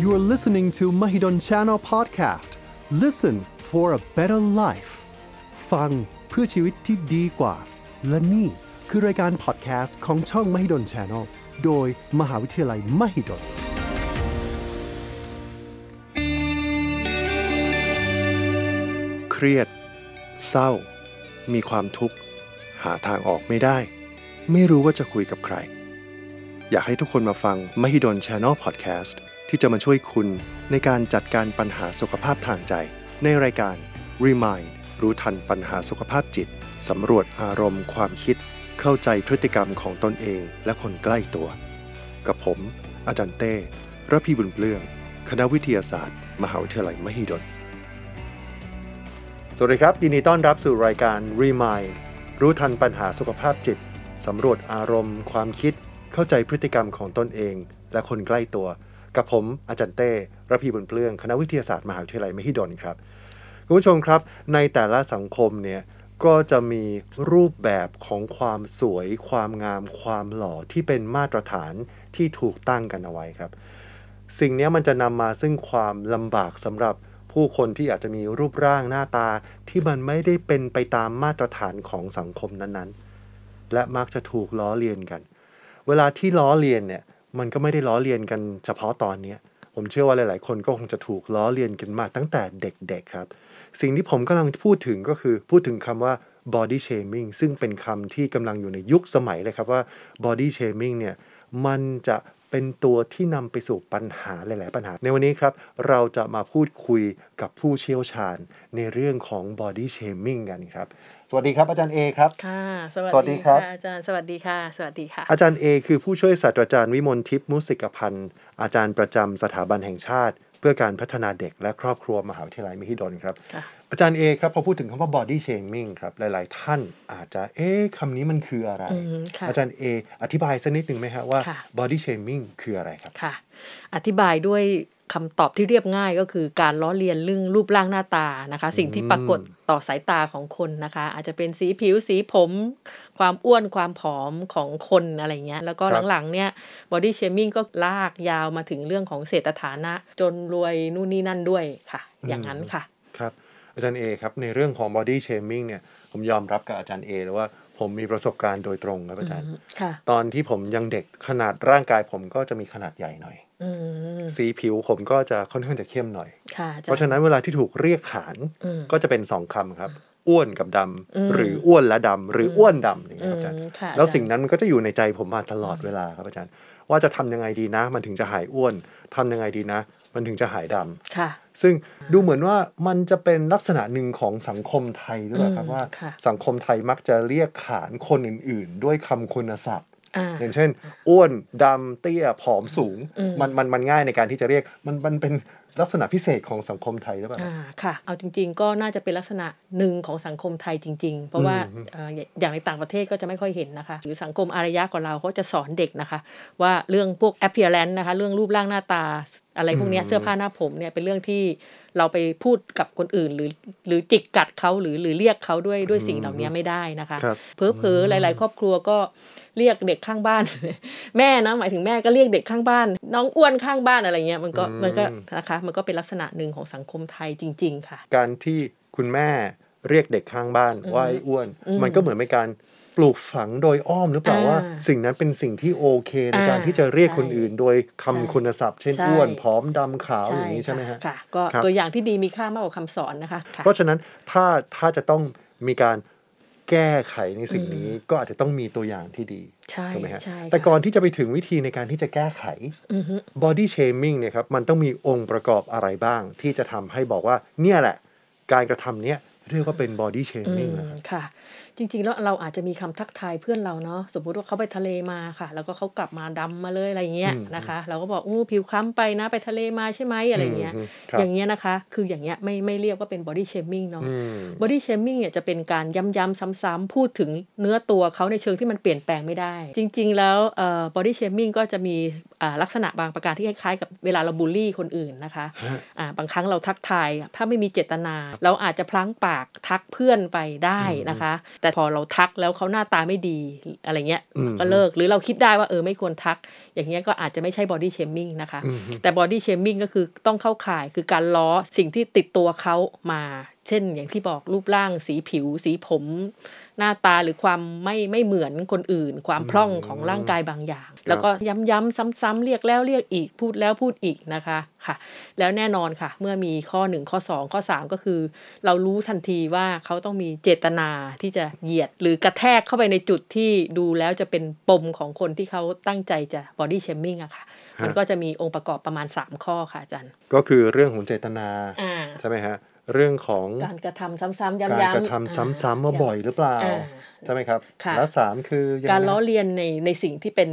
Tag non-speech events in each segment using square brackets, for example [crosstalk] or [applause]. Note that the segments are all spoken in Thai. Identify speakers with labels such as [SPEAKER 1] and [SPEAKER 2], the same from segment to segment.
[SPEAKER 1] You are listening to Mahidol Channel Podcast. Listen for a better life. ฟังเพื่อชีวิตที่ดีกว่า และนี่คือรายการ podcast ของช่อง Mahidol Channel โดยมหาวิทยาลัย Mahidol เครียด เศร้า มีความทุกข์ หาทางออกไม่ได้ ไม่รู้ว่าจะคุยกับใคร อยากให้ทุกคนมาฟัง Mahidol Channel Podcast ที่จะมาช่วยคุณในการจัดการปัญหาสุขภาพทางใจ ในรายการ Remind รู้ทันปัญหาสุขภาพจิต สำรวจอารมณ์ความคิด เข้าใจพฤติกรรมของตนเองและคนใกล้ตัว กับผม อาจารย์เต้ระพีบุญเปลื้อง คณะวิทยาศาสตร์ มหาวิทยาลัยมหิดล สวัสดีครับยินดีต้อนรับสู่รายการ Remind รู้ทันปัญหาสุขภาพจิต สำรวจอารมณ์ ความคิด เข้าใจพฤติกรรมของตนเอง และคนใกล้ตัว กับผมอาจารย์เต้ระพีบุญเปลื้อง คณะวิทยาศาสตร์มหาวิทยาลัยมหิดลครับ คุณผู้ชมครับ ในแต่ละสังคมเนี่ย ก็จะมีรูปแบบของความสวย ความงาม ความหล่อที่เป็นมาตรฐานที่ถูกตั้งกันเอาไว้ครับ สิ่งเนี้ยมันจะนำมาซึ่งความลำบากสำหรับผู้คนที่อาจจะมีรูปร่างหน้าตาที่มันไม่ได้เป็นไปตามมาตรฐานของสังคมนั้นๆ และมักจะถูกล้อเลียนกัน เวลาที่ล้อเลียนเนี่ยมันก็ไม่ได้ล้อเลียนกันเฉพาะตอนเนี้ยผมเชื่อว่าหลาย ๆ คนก็คงจะถูกล้อเลียนกันมาตั้งแต่เด็ก ๆ ครับ สิ่งที่ผมกำลังพูดถึงก็คือพูดถึงคำว่า body shaming ซึ่งเป็นคำที่กำลังอยู่ในยุคสมัยเลยครับว่า body shaming เนี่ย มันจะเป็นตัวที่นำไปสู่ปัญหาหลาย ๆ ปัญหา ในวันนี้ครับ เราจะมาพูดคุยกับผู้เชี่ยวชาญในเรื่องของ body shaming กันครับ สวัสดีครับอาจารย์เอครับ
[SPEAKER 2] ค่ะ
[SPEAKER 1] สวัสดีครับ
[SPEAKER 2] ะอาจารย์สวัสดีค่ะ สวัสดีค่ะ
[SPEAKER 1] อาจารย์เอคือผู้ช่วยศาสตราจารย์วิมลทิพย์มุสิกพันธ์ อาจารย์ประจำสถาบันแห่งชาติ เพื่อการพัฒนาเด็กและครอบครัวมหาวิทยาลัยมหิดลครับ
[SPEAKER 2] ค่ะ
[SPEAKER 1] อาจารย์เอครับพอพูดถึงคำว่า body shaming ครับหลาย ๆ ท่านอาจจะเอ๊ะคำนี้มันคืออะไร
[SPEAKER 2] อืมค่ะ
[SPEAKER 1] อาจารย์เออธิบายสักนิดหนึ่งไหมฮะว่า
[SPEAKER 2] ค่ะ
[SPEAKER 1] body shaming คืออะไรครับ
[SPEAKER 2] ค่ะ อธิบายด้วยคำตอบที่เรียบง่ายก็คือการล้อเลียนเรื่องรูปร่างหน้าตานะคะ สิ่งที่ปรากฏต่อสายตาของคนนะคะ อาจจะเป็นสีผิวสีผม ความอ้วนความผอมของคนอะไรเงี้ยแล้วก็
[SPEAKER 1] ครับ
[SPEAKER 2] หลังๆเนี่ยบอดี้เชมิ่งก็ลากยาวมาถึงเรื่องของเศรษฐฐานะ จนรวยนู่นนี่นั่นด้วยค่ะ อย่างนั้นค่ะ
[SPEAKER 1] ครับ อาจารย์เอครับในเรื่องของ body shaming เนี่ยผมยอมรับกับอาจารย์เอเลยว่าผมมีประสบการณ์โดยตรงครับอาจารย์
[SPEAKER 2] ค่ะ
[SPEAKER 1] ตอนที่ผมยังเด็กขนาดร่างกายผมก็จะมีขนาดใหญ่หน่อย
[SPEAKER 2] อืม
[SPEAKER 1] สีผิวผมก็จะค่อนข้างจะเข้มหน่อย
[SPEAKER 2] ค่ะอจย์
[SPEAKER 1] เพราะฉะนั้นเวลาที่ถูกเรียกขาน
[SPEAKER 2] อืม
[SPEAKER 1] ก็จะเป็นสองคำครับ อ้วนกับดำ
[SPEAKER 2] อืม
[SPEAKER 1] หรืออ้วนและดำหรืออ้วนดำอย่าง
[SPEAKER 2] อื
[SPEAKER 1] เงี้ยครับอาจารย์
[SPEAKER 2] มค่ะ
[SPEAKER 1] แล้ว
[SPEAKER 2] อาจารย์
[SPEAKER 1] สิ่งนั้นมันก็จะอยู่ในใจผมมาตลอดเวลาครับอาจารย์ ว่าจะทำยังไงดีนะ มันถึงจะหายอ้วนทำยังไงดีนะ มันถึงจะหายดำ
[SPEAKER 2] ค่ะ
[SPEAKER 1] ซึ่งดูเหมือนว่ามันจะเป็นลักษณะหนึ่งของสังคมไทยด้วยครับ
[SPEAKER 2] อืม
[SPEAKER 1] ว่า
[SPEAKER 2] ค่ะ
[SPEAKER 1] สังคมไทยมักจะเรียกขานคนอื่นๆ ด้วยคำคุณศัพท์
[SPEAKER 2] อ่า
[SPEAKER 1] อย่างเช่น อ้วนดำเตี้ยผอมสูง
[SPEAKER 2] อืม
[SPEAKER 1] มันมันมันง่ายในการที่จะเรียกมันมันเป็นลักษณะพิเศษของสังคมไทยหรือเปล่า
[SPEAKER 2] อ่าค่ะเอาจริง ๆ ก็น่าจะเป็นลักษณะหนึ่งของสังคมไทยจริง ๆ เพราะว่า
[SPEAKER 1] อืม
[SPEAKER 2] เอ่ออย่าอย่างในต่างประเทศก็จะไม่ค่อยเห็นนะคะ หรือสังคมอารยะของเราเขาจะสอนเด็กนะคะ ว่าเรื่องพวก appearance นะคะ เรื่องรูปร่างหน้าตา อะไรพวกเนี้ยเสื้อผ้าหน้าผมเนี่ยเป็นเรื่องที่เราไปพูดกับคนอื่น หรือหรือจิกกัดเขาหรือหรือเรียกเขาด้วยด้วยสิ่งเหล่านี้ไม่ได้นะคะ
[SPEAKER 1] ครับ
[SPEAKER 2] เผลอๆหลาย ๆ ครอบครัวก็เรียกเด็กข้างบ้าน [laughs] แม่นะหมายถึงแม่ก็เรียกเด็กข้างบ้าน น้องอ้วนข้างบ้านอะไรเงี้ยมันก็
[SPEAKER 1] อืม
[SPEAKER 2] มันก็นะคะ มันก็เป็นลักษณะหนึ่งของสังคมไทยจริง ๆ ค่ะ
[SPEAKER 1] การที่คุณแม่เรียกเด็กข้างบ้านว่าไอ้อ้วน
[SPEAKER 2] อืม
[SPEAKER 1] มันก็เหมือนเป็นการปลูกฝังโดยอ้อมหรือเปล่า
[SPEAKER 2] อ่า
[SPEAKER 1] ว่า สิ่งนั้นเป็นสิ่งที่โอเคในการ
[SPEAKER 2] อ่า
[SPEAKER 1] ที่จะเรียก
[SPEAKER 2] ใช่
[SPEAKER 1] คนอื่น โดยคำ
[SPEAKER 2] ใช่
[SPEAKER 1] คุณศัพท์ เช่น
[SPEAKER 2] ใช่
[SPEAKER 1] อ้วนผอมดำขาวอย่างนี้ใช่ไหมฮะ
[SPEAKER 2] ค่ะ ก็
[SPEAKER 1] ครับ
[SPEAKER 2] ตัวอย่างที่ดีมีค่ามากกว่าคำสอนนะคะค่ะ
[SPEAKER 1] เพราะฉะนั้นถ้าถ้าจะต้องมีการแก้ไขในสิ่งนี้ก็อาจจะต้องมีตัวอย่างที่ดี
[SPEAKER 2] ใช่
[SPEAKER 1] ถูกไหมฮะ
[SPEAKER 2] ใช่ค่ะ
[SPEAKER 1] แต่ก่อนที่จะไปถึงวิธีในการที่จะแก้ไข
[SPEAKER 2] อือฮึ
[SPEAKER 1] body shaming เนี่ยครับมันต้องมีองค์ประกอบอะไรบ้าง ที่จะทำให้บอกว่าเนี่ยแหละ การกระทำเนี้ยเรียกว่าเป็น body
[SPEAKER 2] อื
[SPEAKER 1] shaming นะครับ
[SPEAKER 2] มค่ะ จริงๆแล้วเราอาจจะมีคำทักทายเพื่อนเราเนาะสมมุติว่าเขาไปทะเลมาค่ะ แล้วก็เขากลับมาดำมาเลยอะไรเงี้ย
[SPEAKER 1] อืม
[SPEAKER 2] นะคะ เราก็บอกอู้ผิวคล้ำไปนะไปทะเลมาใช่ไหมอะไรเงี้ย
[SPEAKER 1] มครับ
[SPEAKER 2] อย่างเงี้ยนะคะ คืออย่างเงี้ยไม่ไม่เรียกว่าเป็น body shaming เนาะ
[SPEAKER 1] อืม
[SPEAKER 2] บอดี้เชมิ่งเนี่ยจะเป็นการย้ำๆซ้ำๆพูดถึงเนื้อตัวเขาในเชิงที่มันเปลี่ยนแปลงไม่ได้ จริง ๆ แล้วบอดี้เชมิ่งก็จะมีเอ่อลักษณะบางประการที่คล้ายๆ กับเวลาเราบูลลี่คนอื่นนะคะ
[SPEAKER 1] ฮะ
[SPEAKER 2] อ่าบางครั้งเราทักทาย ถ้าไม่มีเจตนา เราอาจจะพลั้งปากทักเพื่อนไปได้นะคะ แต่ พอเราทักแล้วเขาหน้าตาไม่ดีอะไรเงี้ย
[SPEAKER 1] อืม
[SPEAKER 2] ก็เลิกหรือเราคิดได้ว่าเออไม่ควรทัก อย่างเงี้ยก็อาจจะไม่ใช่บอดี้เชมิ่งนะคะ
[SPEAKER 1] อืมฮึ
[SPEAKER 2] แต่บอดี้เชมิ่งก็คือต้องเข้าข่ายคือการล้อสิ่งที่ติดตัวเขามา เช่นอย่างที่บอกรูปร่างสีผิว สีผม หน้าตาหรือความไม่ไม่เหมือนคนอื่น ความพร่องของร่างกายบางอย่าง แล้วก็ย้ำๆซ้ำๆเรียกแล้วเรียกอีกพูดแล้วพูดอีกนะคะค่ะ แล้วแน่นอนค่ะ เมื่อมีข้อ 1 ข้อ 2 ข้อ 3 ก็คือ เรารู้ทันทีว่าเขาต้องมีเจตนาที่จะเหยียด หรือกระแทกเข้าไปในจุดที่ดูแล้วจะเป็นปมของคนที่เขาตั้งใจจะ body shaming อะค่ะ
[SPEAKER 1] ฮะ
[SPEAKER 2] มันก็จะมีองค์ประกอบประมาณ 3 ข้อค่ะอาจารย์
[SPEAKER 1] ก็คือเรื่องของเจตนา
[SPEAKER 2] อ่า
[SPEAKER 1] ใช่ไหมฮะเรื่องของ
[SPEAKER 2] การกระทำซ้ำๆย้ำๆ
[SPEAKER 1] การกระทำซ้ำๆว่าบ่อยหรือเปล่า
[SPEAKER 2] อ่า
[SPEAKER 1] ใช่ไหมครับ
[SPEAKER 2] ค่ะ
[SPEAKER 1] และสามคือยังไง
[SPEAKER 2] การล้อเลียนในในสิ่งที่เป็น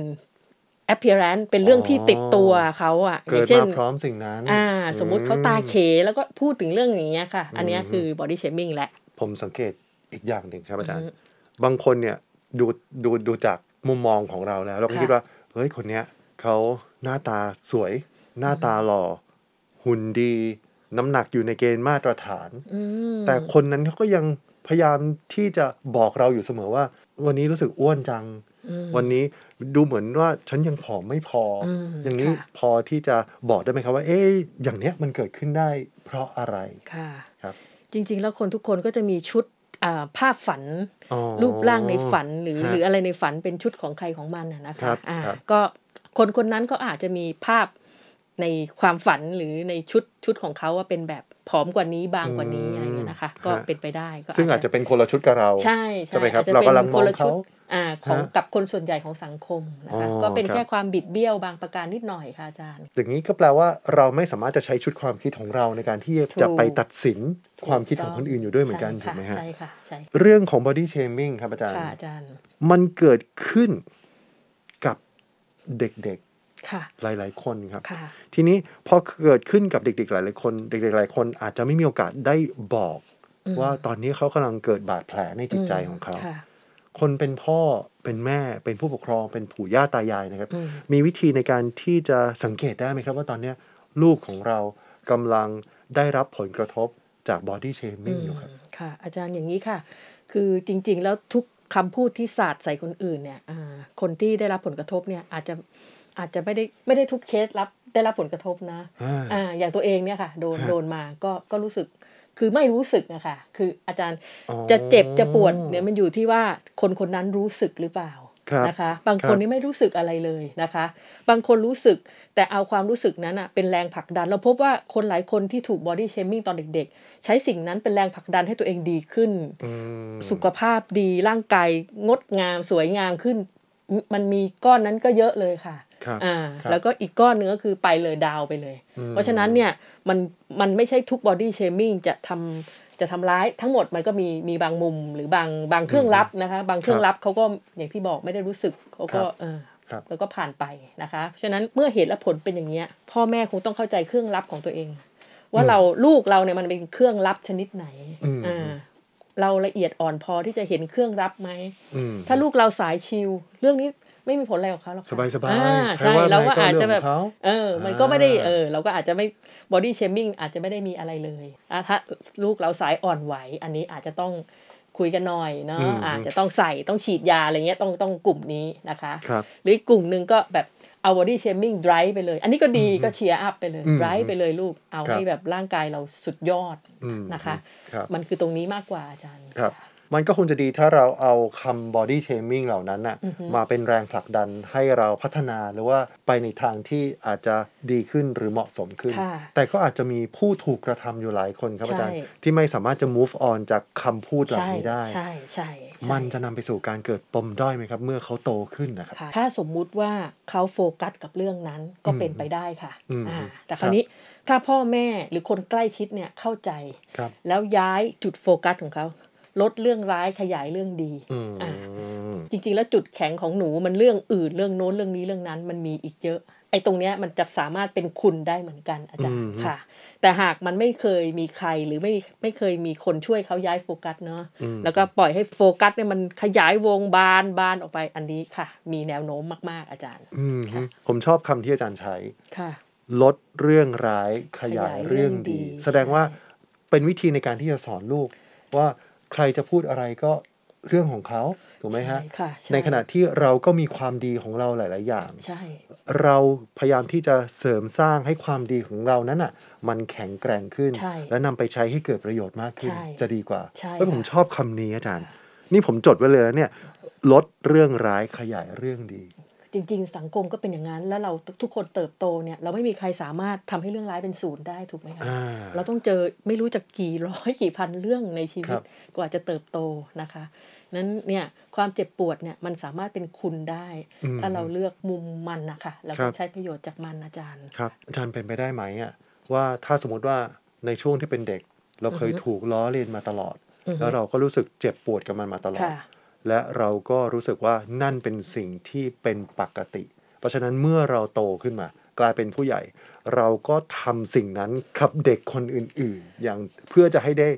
[SPEAKER 2] appearance เป็นเรื่องที่ติดตัวเขาอะอ
[SPEAKER 1] เกิด
[SPEAKER 2] ย่างเช่น
[SPEAKER 1] มาพร้อมสิ่งนั้น
[SPEAKER 2] อ่า สมมุติเขาตาเข
[SPEAKER 1] อืม
[SPEAKER 2] แล้วก็พูดถึงเรื่องอย่างเงี้ยค่ะ อันเนี้ย
[SPEAKER 1] อืม
[SPEAKER 2] คือ body shaming แหละ
[SPEAKER 1] ผมสังเกตอีกอย่างหนึ่งครับอาจาร
[SPEAKER 2] อื
[SPEAKER 1] ย์
[SPEAKER 2] อฮึ
[SPEAKER 1] บางคนเนี่ยดูดูดูจากมุมมองของเราแล้ว เราก็
[SPEAKER 2] ค่ะ
[SPEAKER 1] คิดว่า เฮ้ยคนเนี้ยเขาหน้าตาสวย หน้าตาหล่อ หุ่นดี น้ำหนักอยู่ในเกณฑ์มาตรฐาน แต่คนนั้นเขาก็ยังพยายามที่จะบอกเราอยู่เสมอว่า วันนี้รู้สึกอ้วนจัง วันนี้ดูเหมือนว่าฉันยังผอมไม่พออ
[SPEAKER 2] ม
[SPEAKER 1] อย่างนี้
[SPEAKER 2] ค่ะ
[SPEAKER 1] พอที่จะบอกได้ไหมครับว่า เอ๊ะอย่างเนี้ยมันเกิดขึ้นได้เพราะอะไร
[SPEAKER 2] ค่ะ
[SPEAKER 1] ครับ
[SPEAKER 2] จริง ๆ แล้วคนทุกคนก็จะมีชุดอ่าภาพฝัน
[SPEAKER 1] อ๋อ
[SPEAKER 2] รูปร่างในฝันหรือ
[SPEAKER 1] ฮะ
[SPEAKER 2] หรืออะไรในฝันเป็นชุดของใครของมันน่ะนะ
[SPEAKER 1] ค
[SPEAKER 2] คะ
[SPEAKER 1] รับ
[SPEAKER 2] อ่า
[SPEAKER 1] ครับ
[SPEAKER 2] ก็คนคนนั้นก็อาจจะมีภาพในความฝันหรือในชุดชุดของเขาว่าเป็นแบบผอมกว่านี้บางกว่านี้อะไรเงี้ยนะคะ ก็เป็นไปได้ก็
[SPEAKER 1] ซึ่งอาจจะเป็นคนละชุดกับเรา
[SPEAKER 2] ใช่
[SPEAKER 1] ใช่ไหมครับ
[SPEAKER 2] อจจะ
[SPEAKER 1] เรากำลัง
[SPEAKER 2] ป็น
[SPEAKER 1] มอง
[SPEAKER 2] คนละชุด
[SPEAKER 1] เขา
[SPEAKER 2] อ่าของ
[SPEAKER 1] ฮะ
[SPEAKER 2] กับคนส่วนใหญ่ของสังคมนะคะ
[SPEAKER 1] อ๋อ
[SPEAKER 2] ก็เป็น
[SPEAKER 1] ครับ
[SPEAKER 2] แค่ความบิดเบี้ยวบางประการนิดหน่อยค่ะอาจารย์
[SPEAKER 1] อย่างนี้ก็แปลว่าเราไม่สามารถจะใช้ชุดความคิดของเราในการที่จะ
[SPEAKER 2] ถูก
[SPEAKER 1] ไปตัดสินความคิดของคนอื่นอยู่ด้วยเหมือนกัน
[SPEAKER 2] ใช่
[SPEAKER 1] ถูกไหมฮะ
[SPEAKER 2] ใช่ค่ะใช่ค่ะ
[SPEAKER 1] เรื่องของ body shaming ครับอาจารย์
[SPEAKER 2] ค่ะอาจารย์
[SPEAKER 1] มันเกิดขึ้นกับเด็ก
[SPEAKER 2] ค่ะ
[SPEAKER 1] ๆหลายๆคนครับ
[SPEAKER 2] ค่ะ
[SPEAKER 1] ทีนี้พอเกิดขึ้นกับเด็กๆ หลายๆคน เด็กๆหลายคนอาจจะไม่มีโอกาสได้บอก
[SPEAKER 2] อืม
[SPEAKER 1] ว่าตอนนี้เขากำลังเกิดบาดแผลในจิตใจของเขา
[SPEAKER 2] ค่ะ
[SPEAKER 1] คนเป็นพ่อเป็นแม่เป็นผู้ปกครอง เป็นผู้ย่าตายายนะครับ
[SPEAKER 2] อืม
[SPEAKER 1] มีวิธีในการที่จะสังเกตได้ไหมครับ ว่าตอนเนี้ยลูกของเรากำลังได้รับผลกระทบจากบอดี้เชมิ่งอยู่ครับ
[SPEAKER 2] มค่ะ อาจารย์อย่างนี้ค่ะ คือจริงๆ แล้วทุกคำพูดที่สาดใส่คนอื่นเนี่ยอ่าคนที่ได้รับผลกระทบเนี่ยอาจจะอาจจะไม่ได้ไม่ได้ทุกเคสรับได้รับผลกระทบนะ
[SPEAKER 1] อ่า
[SPEAKER 2] อ่าอย่างตัวเองเนี่ยค่ะโดน
[SPEAKER 1] ฮะ
[SPEAKER 2] โดนมาก็ก็รู้สึกคือไม่รู้สึกนะคะคืออาจารย์
[SPEAKER 1] อ๋อ
[SPEAKER 2] จะเจ็บจะปวดเนี่ยมันอยู่ที่ว่าคนคนนั้นรู้สึกหรือเปล่า
[SPEAKER 1] ครับ
[SPEAKER 2] นะคะ บาง
[SPEAKER 1] ครั
[SPEAKER 2] คน
[SPEAKER 1] บ
[SPEAKER 2] นี่ไม่รู้สึกอะไรเลยนะคะ บางคนรู้สึกแต่เอาความรู้สึกนั้นอะเป็นแรงผลักดัน เราพบว่าคนหลายคนที่ถูกบอดี้เชมิ่งตอนเด็กๆ ใช้สิ่งนั้นเป็นแรงผลักดันให้ตัวเองดีขึ้น
[SPEAKER 1] อืม
[SPEAKER 2] สุขภาพดีร่างกายงดงามสวยงามขึ้นมมันมีก้อนนั้นก็เยอะเลยค่ะ
[SPEAKER 1] ครับ
[SPEAKER 2] อ่า
[SPEAKER 1] ครับ
[SPEAKER 2] แล้วก็อีกก้อนเนื้อคือไปเลยดาวไปเลย
[SPEAKER 1] อืม
[SPEAKER 2] เพราะฉะนั้นเนี่ยมันมันไม่ใช่ทุกบอดี้เชมิ่งจะทำจะทำร้ายทั้งหมดมันก็มีมีบางมุมหรือบางบางเครื่องลับนะคะ บางเครื่องลับเขาก็อย่างที่บอกไม่ได้รู้สึกเขา
[SPEAKER 1] ค
[SPEAKER 2] ก็
[SPEAKER 1] รับ
[SPEAKER 2] เออ
[SPEAKER 1] ครับ
[SPEAKER 2] แล้วก็ผ่านไปนะคะเพราะฉะนั้นเมื่อเหตุและผลเป็นอย่างเงี้ยพ่อแม่คงต้องเข้าใจเครื่องลับของตัวเอง ว่าเราลูกเราเนี่ยมันเป็นเครื่องลับชนิดไหน
[SPEAKER 1] อืม
[SPEAKER 2] อ่า เราละเอียดอ่อนพอที่จะเห็นเครื่องรับไหม
[SPEAKER 1] อืม
[SPEAKER 2] ถ้าลูกเราสายชิลเรื่องนี้ไม่มีผลอะไรกับเขาหรอก
[SPEAKER 1] สบายสบาย
[SPEAKER 2] อ่
[SPEAKER 1] ใคร
[SPEAKER 2] ใช่
[SPEAKER 1] ว่า
[SPEAKER 2] เราก็
[SPEAKER 1] ไง
[SPEAKER 2] อาจจะ
[SPEAKER 1] เรื่ง
[SPEAKER 2] แบบ
[SPEAKER 1] ขงเขา
[SPEAKER 2] เออ มันก็ไม่ได้
[SPEAKER 1] อ่า
[SPEAKER 2] เออ เราก็อาจจะไม่บอดี้เชมิ่งอาจจะไม่ได้มีอะไรเลยอ่ะถ้าลูกเราสายอ่อนไหว อันนี้อาจจะต้องคุยกันหน่อยเนาะ
[SPEAKER 1] อืม
[SPEAKER 2] อาจจะต้องใส่ต้องฉีดยาอะไรเงี้ยต้องต้องกลุ่มนี้นะคะ
[SPEAKER 1] ครับ
[SPEAKER 2] หรืออีกกลุ่มหนึ่งก็แบบเอาบอดี้เชมิ่งไดรฟ์ไปเลย อันนี้ก็ดีก็เชียร์อัพไปเลย
[SPEAKER 1] อืม
[SPEAKER 2] ไดรฟ์ไปเลยลูกเอา
[SPEAKER 1] ครับ
[SPEAKER 2] ให้แบบร่างกายเราสุดยอด
[SPEAKER 1] อืม
[SPEAKER 2] นะคะ
[SPEAKER 1] ครับ
[SPEAKER 2] มันคือตรงนี้มากกว่าอาจารย์
[SPEAKER 1] ครับมันก็คงจะดีถ้าเราเอาคำ body shaming เหล่านั้นน่ะ
[SPEAKER 2] อือฮึ
[SPEAKER 1] มาเป็นแรงผลักดันให้เราพัฒนาหรือว่าไปในทางที่อาจจะดีขึ้นหรือเหมาะสมขึ้น
[SPEAKER 2] ค่ะ
[SPEAKER 1] แต่ก็อาจจะมีผู้ถูกกระทำอยู่หลายคนครับ
[SPEAKER 2] ใช่
[SPEAKER 1] อาจารย์ ที่ไม่สามารถจะ move on จากคำพูดเหล่า
[SPEAKER 2] ใช่
[SPEAKER 1] นี้ได้
[SPEAKER 2] ใช่ใช่ใช่
[SPEAKER 1] มันจะนำไปสู่การเกิดปมด้อยไหมครับ เมื่อเขาโตขึ้นนะครับ
[SPEAKER 2] ค่ะถ้าสมมุติว่าเขาโฟกัสกับเรื่องนั้นก็เป็นไปได้ค่ะ
[SPEAKER 1] อืม
[SPEAKER 2] อ่า
[SPEAKER 1] อืม
[SPEAKER 2] แต่ค
[SPEAKER 1] ครั
[SPEAKER 2] ราว
[SPEAKER 1] บ
[SPEAKER 2] นี้ถ้าพ่อแม่หรือคนใกล้ชิดเนี่ยเข้าใจ
[SPEAKER 1] ครับ
[SPEAKER 2] แล้วย้ายจุดโฟกัสของเขา ลดเรื่องร้ายขยายเรื่องดี
[SPEAKER 1] อืม
[SPEAKER 2] อ่าจริงๆ แล้วจุดแข็งของหนูมันเรื่องอื่นเรื่องโน้นเรื่องนี้เรื่องนั้นมันมีอีกเยอะ ไอ้ตรงเนี้ยมันจะสามารถเป็นคุณได้เหมือนกันอาจาร
[SPEAKER 1] อื
[SPEAKER 2] ย์
[SPEAKER 1] ม
[SPEAKER 2] ค่ะ แต่หากมันไม่เคยมีใครหรือไม่ไม่เคยมีคนช่วยเขาย้ายโฟกัสเนาะ
[SPEAKER 1] อืม
[SPEAKER 2] แล้วก็ปล่อยให้โฟกัสเนี่ยมันขยายวงบานบานออกไปอันนี้ค่ะ มีแนวโน้มมากๆ อาจารย์
[SPEAKER 1] อืมฮึผมชอบคำที่อาจารย์ใช้
[SPEAKER 2] ค่ะ
[SPEAKER 1] ลดเรื่องร้ายขยาย
[SPEAKER 2] ขยายเรื่
[SPEAKER 1] เรื่อ
[SPEAKER 2] อง งดี
[SPEAKER 1] ดี แสดงว่าเป็นวิธีในการที่จะสอนลูกว่าใครจะพูดอะไรก็ เรื่องของเขาถูกไหมฮะ
[SPEAKER 2] ใช่ค่ะช่
[SPEAKER 1] ในขณะที่เราก็มีความดีของเราหลาย ๆ อย่าง
[SPEAKER 2] ใช่
[SPEAKER 1] เราพยายามที่จะเสริมสร้างให้ความดีของเรานั้นอ่ะ มันแข็งแกร่งขึ้น
[SPEAKER 2] ใช่
[SPEAKER 1] และนำไปใช้ให้เกิดประโยชน์มากขึ้น
[SPEAKER 2] ใช่
[SPEAKER 1] จะดีกว่า
[SPEAKER 2] ใช่
[SPEAKER 1] เฮ้ยผม
[SPEAKER 2] ค่ะ
[SPEAKER 1] ชอบคำนี้อาจารย์ นี่ผมจดไว้เลยนะเนี่ยลดเรื่องร้ายขยายเรื่องดี
[SPEAKER 2] จริง ๆ สังคมก็เป็นอย่างนั้น แล้วเราทุกคนเติบโตเนี่ยเราไม่มีใครสามารถทำให้เรื่องร้ายเป็นศูนย์ได้ถูกไหมคะ
[SPEAKER 1] อ่า
[SPEAKER 2] เราต้องเจอไม่รู้จะกี่ร้อย [laughs] กี่พันเรื่องในชี
[SPEAKER 1] ค
[SPEAKER 2] วิ
[SPEAKER 1] รั
[SPEAKER 2] ต
[SPEAKER 1] บ
[SPEAKER 2] กว่าจะเติบโตนะคะนั้นเนี่ยความเจ็บปวดเนี่ยมันสามารถเป็นคุณได้
[SPEAKER 1] อืม
[SPEAKER 2] ถ้าเราเลือกมุมมันนะคะแล้ว
[SPEAKER 1] ครั
[SPEAKER 2] ก็
[SPEAKER 1] บ
[SPEAKER 2] ใช้ประโยชน์จากมันอาจารย์
[SPEAKER 1] ครับอาจารย์เป็นไปได้ไหมอ่ะว่าถ้าสมมติว่าในช่วงที่เป็นเด็ก เราเคย
[SPEAKER 2] อือฮึ
[SPEAKER 1] ถูกล้อเลียนมาตลอด
[SPEAKER 2] อือฮึ
[SPEAKER 1] แล้วเราก็รู้สึกเจ็บปวดกับมันมาตลอด
[SPEAKER 2] ค่ะ
[SPEAKER 1] และเราก็รู้สึกว่านั่นเป็นสิ่งที่เป็นปกติ เพราะฉะนั้นเมื่อเราโตขึ้นมา กลายเป็นผู้ใหญ่ เราก็ทำสิ่งนั้นกับเด็กคนอื่นๆ อย่างเพื่อจะให้ได้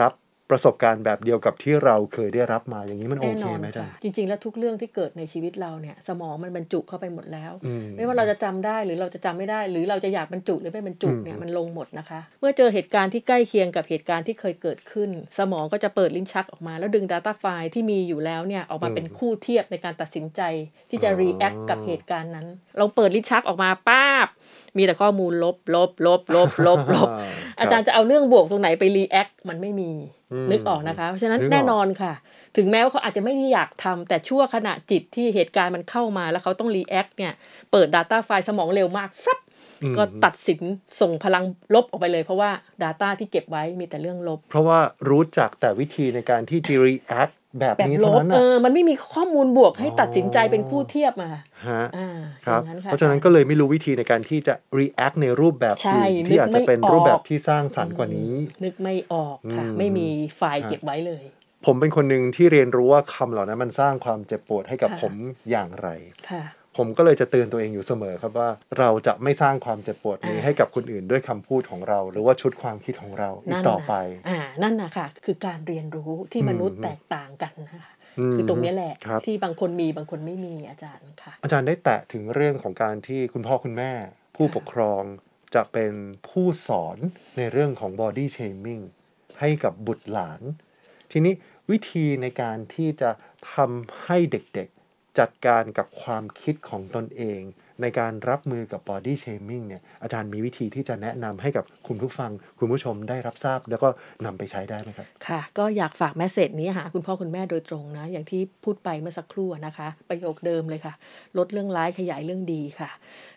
[SPEAKER 1] รับประสบการณ์แบบเดียวกับที่เราเคยได้รับมาอย่างนี้มันโอ
[SPEAKER 2] แน่
[SPEAKER 1] เคน
[SPEAKER 2] อน
[SPEAKER 1] ไหมอาจา
[SPEAKER 2] ค่ะ
[SPEAKER 1] รย์
[SPEAKER 2] จริง ๆ แล้วทุกเรื่องที่เกิดในชีวิตเราเนี่ย สมองมันบรรจุเข้าไปหมดแล้ว
[SPEAKER 1] อื
[SPEAKER 2] ไม่ว่าเราจะจำได้หรือเราจะจำไม่ได้ หรือเราจะอยากบรรจุหรือไม่บรรจุเนี่ยมันลงหมดนะคะ เมื่อเจอเหตุการณ์ที่ใกล้เคียงกับเหตุการณ์ที่เคยเกิดขึ้น สมองก็จะเปิดลิ้นชักออกมาแล้วดึง Data ไฟล์ที่มีอยู่แล้วเนี่ยออกมาเป็นคู่เทียบในการตัดสินใจ ที่จะ React กับเหตุการณ์นั้น เราเปิดลิ้นชักออกมาป้าบมีแต่ข้อมูลลบลบลบลบลบลบ [laughs] อาจารย์จะเอาเรื่องบวกตรงไหนไป React มันไม่มี
[SPEAKER 1] ม
[SPEAKER 2] นึกออกนะคะ เพราะฉะนั้น
[SPEAKER 1] นึกออก
[SPEAKER 2] แน่นอนค่ะ ถึงแม้ว่าเขาอาจจะไม่ได้อยากทำแต่ชั่วขณะจิตที่เหตุการณ์มันเข้ามาแล้วเขาต้องรีแอคเนี่ย เปิด Data ไฟล์สมองเร็วมากฟรับ
[SPEAKER 1] อืม
[SPEAKER 2] ก็ตัดสินส่งพลังลบออกไปเลยเพราะว่า Data ที่เก็บไว้มีแต่เรื่องลบ
[SPEAKER 1] เพราะว่ารู้จักแต่วิธีในการที่จะ react แบบ
[SPEAKER 2] แบบ
[SPEAKER 1] นี้
[SPEAKER 2] ล
[SPEAKER 1] เท่า
[SPEAKER 2] บ
[SPEAKER 1] นั้น
[SPEAKER 2] เอ
[SPEAKER 1] นะ
[SPEAKER 2] อมันไม่มีข้อมูลบวกให้ตัดสินใจเป็นคู่เทียบมา
[SPEAKER 1] ฮะ
[SPEAKER 2] อ่า
[SPEAKER 1] ครับ
[SPEAKER 2] อย่งค่
[SPEAKER 1] เพราะฉะนั้นก็เลยไม่รู้วิธีในการที่จะ react ในรูปแบบ
[SPEAKER 2] ใช่
[SPEAKER 1] อื่นที่อาจจะเป็น
[SPEAKER 2] กไม่
[SPEAKER 1] รูปแบบที่สร้างสรรค์กว่านี้
[SPEAKER 2] นึกไม่ออกค่ะ
[SPEAKER 1] อืม
[SPEAKER 2] ไม่มีไฟล์เก็บไว้เลย
[SPEAKER 1] ผมเป็นคนหนึ่งที่เรียนรู้ว่าคำเหล่านั้นมันสร้างความเจ็บปวดให้กับ
[SPEAKER 2] ค่ะ
[SPEAKER 1] ผมอย่างไร
[SPEAKER 2] ค่ะ
[SPEAKER 1] ผมก็เลยจะเตือนตัวเองอยู่เสมอครับว่าเราจะไม่สร้างความเจ็บปวดนี้
[SPEAKER 2] อ่า
[SPEAKER 1] ให้กับคนอื่นด้วยคำพูดของเรา หรือว่าชุดความคิดของเราอีก
[SPEAKER 2] นั่น
[SPEAKER 1] ต่อไป
[SPEAKER 2] น่ะอ่า นั่นนะค่ะ คือการเรียนรู้ที่
[SPEAKER 1] อืม
[SPEAKER 2] มนุษย์แตกต่างกันนะคะ
[SPEAKER 1] ม
[SPEAKER 2] คือตรงเนี้ยแหละ
[SPEAKER 1] ครับ
[SPEAKER 2] ที่บางคนมีบางคนไม่มีอาจารย์ค่ะ
[SPEAKER 1] อาจารย์ได้แตะถึงเรื่องของการที่คุณพ่อคุณแม่ ผู้ปกครองจะเป็นผู้สอนในเรื่องของ body shaming ให้กับบุตรหลาน ทีนี้วิธีในการที่จะทำให้เด็กๆ จัดการกับความคิดของตนเอง ในการรับมือกับ body shaming เนี่ยอาจารย์มีวิธีที่จะแนะนำให้กับคุณผู้ฟัง คุณผู้ชมได้รับทราบ แล้วก็นำไปใช้ได้ไหมครับ
[SPEAKER 2] ค่ะ ก็อยากฝากแมสเซจนี้หาคุณพ่อคุณแม่โดยตรงนะ อย่างที่พูดไปเมื่อสักครู่นะคะ ประโยคเดิมเลยค่ะ ลดเรื่องร้ายขยายเรื่องดีค่ะ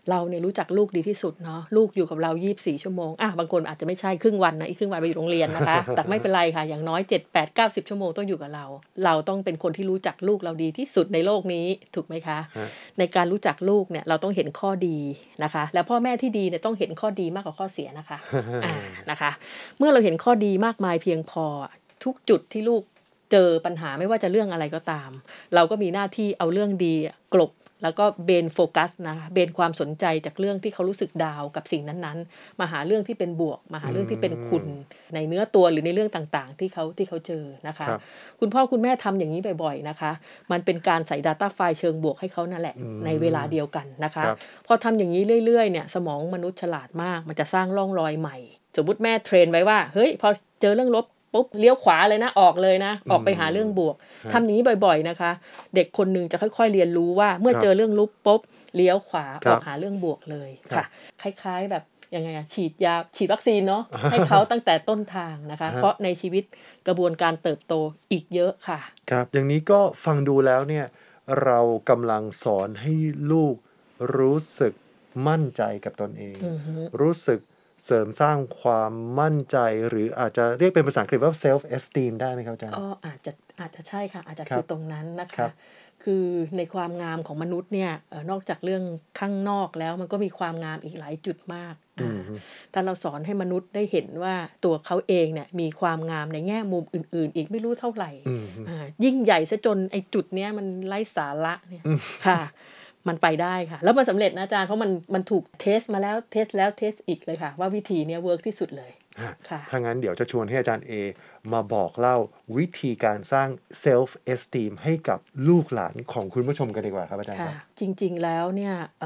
[SPEAKER 2] เราเนี่ยรู้จักลูกดีที่สุดเนาะลูกอยู่กับเรา 24 ชั่วโมงอ่ะบางคนอาจจะไม่ใช่ครึ่งวันนะอีกครึ่งวันไปอยู่โรงเรียนนะคะ
[SPEAKER 1] [laughs]
[SPEAKER 2] แต่ไม่เป็นไรค่ะ อย่างน้อย 7 8 9 0 ชั่วโมงต้องอยู่กับเรา เราต้องเป็นคนที่รู้จักลูกเราดีที่สุดในโลกนี้ถูกไหมคะ
[SPEAKER 1] ฮะ
[SPEAKER 2] ในการรู้จักลูกเนี่ยเราต้องเห็นข้อดีนะคะ แล้วพ่อแม่ที่ดีเนี่ยต้องเห็นข้อดีมากกว่าข้อเสียนะคะ [laughs] อ่านะคะ เมื่อเราเห็นข้อดีมากมายเพียงพอ ทุกจุดที่ลูกเจอปัญหาไม่ว่าจะเรื่องอะไรก็ตาม เราก็มีหน้าที่เอาเรื่องดีกลบ แล้วก็เบนโฟกัสนะคะเบนความสนใจจากเรื่องที่เขารู้สึกดาวกับสิ่งนั้นๆ มาหาเรื่องที่เป็นบวก มาหาเรื่องที่เป็นคุณ ในเนื้อตัวหรือในเรื่องต่างๆ ที่เขาที่เขาเจอนะคะ
[SPEAKER 1] ครับ
[SPEAKER 2] คุณพ่อคุณแม่ทำอย่างนี้บ่อยๆนะคะ มันเป็นการใส่ Data ไฟล์เชิงบวกให้เขานั่นแหละ
[SPEAKER 1] อืม
[SPEAKER 2] ในเวลาเดียวกันนะคะ
[SPEAKER 1] ครับ
[SPEAKER 2] พอทำอย่างนี้เรื่อยๆเนี่ยสมองมนุษย์ฉลาดมาก มันจะสร้างร่องรอยใหม่ สมมติแม่เทรนไว้ว่า เฮ้ย พอเจอเรื่องลบปุ๊บเลี้ยวขวาเลยนะ ออกเลยนะ ออกไปหาเรื่องบวกทำอย่างนี้บ่อยๆนะคะ เด็กคนหนึ่งจะค่อยๆเรียนรู้ว่าเมื่อเจอเรื่องลบปุ๊บเลี้ยวขวา
[SPEAKER 1] ครั
[SPEAKER 2] อบ อกหาเรื่องบวกเลย
[SPEAKER 1] ครั
[SPEAKER 2] ค่ะ
[SPEAKER 1] บ
[SPEAKER 2] คล้ายๆแบบยังไงอะฉีดยาฉีดวัคซีน [laughs] เนาะให้เขาตั้งแต่ต้นทางนะคะ
[SPEAKER 1] ฮะ
[SPEAKER 2] เพราะในชีวิตกระบวนการเติบโตอีกเยอะค่ะ
[SPEAKER 1] ครับอย่างนี้ก็ฟังดูแล้วเนี่ยเรากำลังสอนให้ลูกรู้สึกมั่นใจกับตนเอง
[SPEAKER 2] อือฮึ
[SPEAKER 1] รู้สึกเสริมสร้างความมั่นใจ หรืออาจจะเรียกเป็นภาษาอังกฤษว่า self esteem ได้ไหมครับอาจารย์
[SPEAKER 2] ก็อาจจะอาจจะใช่ค่ะ อาจจะ
[SPEAKER 1] ครับ
[SPEAKER 2] คือตรงนั้นนะ
[SPEAKER 1] ครั
[SPEAKER 2] คะ
[SPEAKER 1] บ
[SPEAKER 2] คือในความงามของมนุษย์เนี่ยเอ่อนอกจากเรื่องข้างนอกแล้วมันก็มีความงามอีกหลายจุดมาก
[SPEAKER 1] อื
[SPEAKER 2] อ่าม ถ้าเราสอนให้มนุษย์ได้เห็นว่าตัวเขาเองเนี่ยมีความงามในแง่มุมอื่น ๆ อีกไม่รู้เท่าไหร่
[SPEAKER 1] อืม
[SPEAKER 2] อ่ายิ่งใหญ่ซะจนไอ้จุดเนี้ยมันไร้สาระเนี่ย
[SPEAKER 1] อืม
[SPEAKER 2] ค่ะ มันไปได้ค่ะ แล้วมันสำเร็จนะอาจารย์เพราะมันมันถูกเทสมาแล้วเทสแล้วเทสอีกเลยค่ะ ว่าวิธีเนี้ยเวิร์กที่สุดเลย
[SPEAKER 1] ฮะ
[SPEAKER 2] ค่ะ
[SPEAKER 1] ถ้างั้นเดี๋ยวจะชวนให้อาจารย์เอ มาบอกเล่าวิธีการสร้าง self esteem ให้กับลูกหลานของคุณผู้ชมกันดีกว่าครับอาจารย์ค
[SPEAKER 2] ค่ะ
[SPEAKER 1] รับ
[SPEAKER 2] จริงๆแล้วเนี่ยเ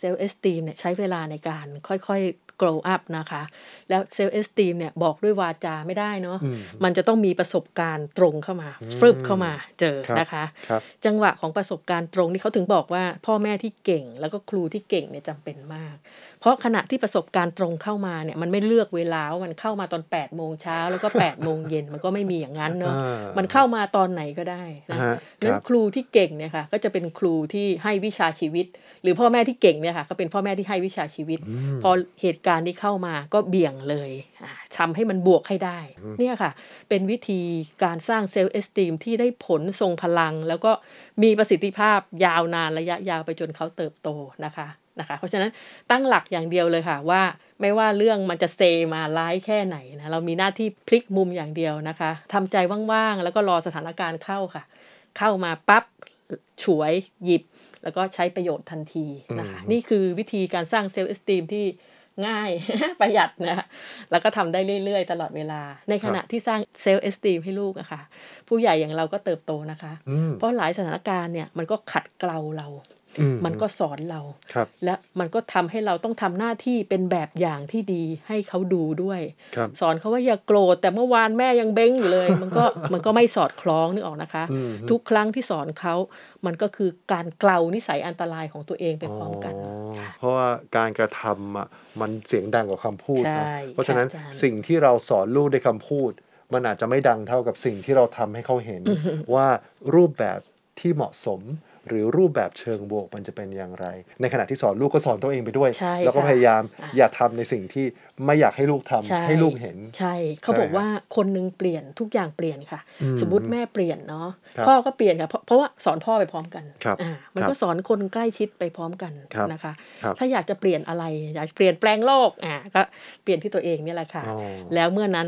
[SPEAKER 2] ซลล์เอสตีมเนี่ยใช้เวลาในการค่อยๆ grow up นะคะ แล้วเซลล์เอสตีมเนี่ยบอกด้วยวาจาไม่ได้เนาะ
[SPEAKER 1] อืม
[SPEAKER 2] มันจะต้องมีประสบการณ์ตรงเข้ามาฟึบเข้ามาเจอ
[SPEAKER 1] ครับ
[SPEAKER 2] นะคะ
[SPEAKER 1] ครับ
[SPEAKER 2] จังหวะของประสบการณ์ตรงนี่เขาถึงบอกว่า พ่อแม่ที่เก่งแล้วก็ครูที่เก่งเนี่ยจำเป็นมาก เพราะขณะที่ประสบการณ์ตรงเข้ามาเนี่ยมันไม่เลือกเวลาว่ามันเข้ามาตอน8ปดโมงเช้าแล้วก็8ปดโมงเย็นมันก็ไม่มีอย่างนั้นเนาะ
[SPEAKER 1] อ่ามั
[SPEAKER 2] มันเข้ามาตอนไหนก็ได้นะ
[SPEAKER 1] ฮะค
[SPEAKER 2] นั้น
[SPEAKER 1] รับ
[SPEAKER 2] ครูที่เก่งเนี่ยค่ะก็จะเป็นครูที่ให้วิชาชีวิต หรือพ่อแม่ที่เก่งเนี่ยค่ะก็เป็นพ่อแม่ที่ให้วิชาชีวิต พอเหตุการณ์ที่เข้ามาก็เบี่ยงเลยอ่าทำให้มันบวกให้ได้ เนี่ยค่ะ เป็นวิธีการสร้างเซลล์เอสติมที่ได้ผลทรงพลัง แล้วก็มีประสิทธิภาพยาวนานระยะยาวไปจนเขาเติบโตนะคะนะคะ เพราะฉะนั้นตั้งหลักอย่างเดียวเลยค่ะว่า ไม่ว่าเรื่องมันจะเซมาร้ายแค่ไหนนะเรามีหน้าที่พลิกมุมอย่างเดียวนะคะทำใจว่างๆ แล้วก็รอสถานการณ์เข้าค่ะ เข้ามาปั๊บฉวยหยิบ แล้วก็ใช้ประโยชน์ทันทีนะคะ นี่คือวิธีการสร้างเซลล์เอสติมที่ง่าย [laughs] ประหยัดนะแล้วก็ทำได้เรื่อยๆ ตลอดเวลา ในขณะที่สร้างเซลล์เอสติมให้ลูกอะค่ะ ผู้ใหญ่อย่างเราก็เติบโตนะคะ
[SPEAKER 1] อืม
[SPEAKER 2] เพราะหลายสถานการณ์เนี่ยมันก็ขัดเกลาเรา
[SPEAKER 1] อื
[SPEAKER 2] มันก็สอนเรา
[SPEAKER 1] ครับ
[SPEAKER 2] และมันก็ทำให้เราต้องทำหน้าที่เป็นแบบอย่างที่ดีให้เขาดูด้วย
[SPEAKER 1] ครับ
[SPEAKER 2] สอนเขาว่าอย่าโกรธแต่เมื่อวานแม่ยังเบ้งอยู่เลย มันก็ [laughs] มันก็ไม่สอดคล้องนึกออกนะคะ
[SPEAKER 1] อืม
[SPEAKER 2] ทุกครั้งที่สอนเขามันก็คือการเกลานิสัยอันตรายของตัวเองไปพร้อมกัน
[SPEAKER 1] อ๋อ
[SPEAKER 2] ค่ะ
[SPEAKER 1] เพราะว่าการกระทำอ่ะมันเสียงดังกว่าคำพูดนะ
[SPEAKER 2] ใช่
[SPEAKER 1] เพราะฉะนั้น
[SPEAKER 2] ค่ะอาจารย์
[SPEAKER 1] สิ่งที่เราสอนลูกด้วยคำพูด มันอาจจะไม่ดังเท่ากับสิ่งที่เราทำให้เขาเห็น ว่ารูปแบบที่เหมาะสม หรือรูปแบบเชิงบวกมันจะเป็นอย่างไร ในขณะที่สอนลูกก็สอนตัวเองไปด้วย
[SPEAKER 2] ใช่
[SPEAKER 1] แล้วก็
[SPEAKER 2] ค่ะ
[SPEAKER 1] พยายาม
[SPEAKER 2] อ่ะ
[SPEAKER 1] อย่าทำในสิ่งที่ไม่อยากให้ลูกทำ
[SPEAKER 2] ใช่
[SPEAKER 1] ให้ลูกเห็น
[SPEAKER 2] ใช่เขา
[SPEAKER 1] ใช่ไหม
[SPEAKER 2] บอกว่าคนหนึงเปลี่ยนทุกอย่างเปลี่ยนค่ะ
[SPEAKER 1] อืม
[SPEAKER 2] สมมติแม่เปลี่ยนเนาะ
[SPEAKER 1] ครับ
[SPEAKER 2] พ่อก็เปลี่ยนค่ะเพราะเพราะว่าสอนพ่อไปพร้อมกัน
[SPEAKER 1] ครับ
[SPEAKER 2] อ่ามัน
[SPEAKER 1] ครับ
[SPEAKER 2] ก็สอนคนใกล้ชิดไปพร้อมกัน
[SPEAKER 1] ครับ
[SPEAKER 2] นะคะ
[SPEAKER 1] ครับ
[SPEAKER 2] ถ้าอยากจะเปลี่ยนอะไรอยากเปลี่ยนแปลงโลกอ่าก็เปลี่ยนที่ตัวเองเนี่ยแหละค่ะ
[SPEAKER 1] อ๋อ
[SPEAKER 2] แล้วเมื่อนั้น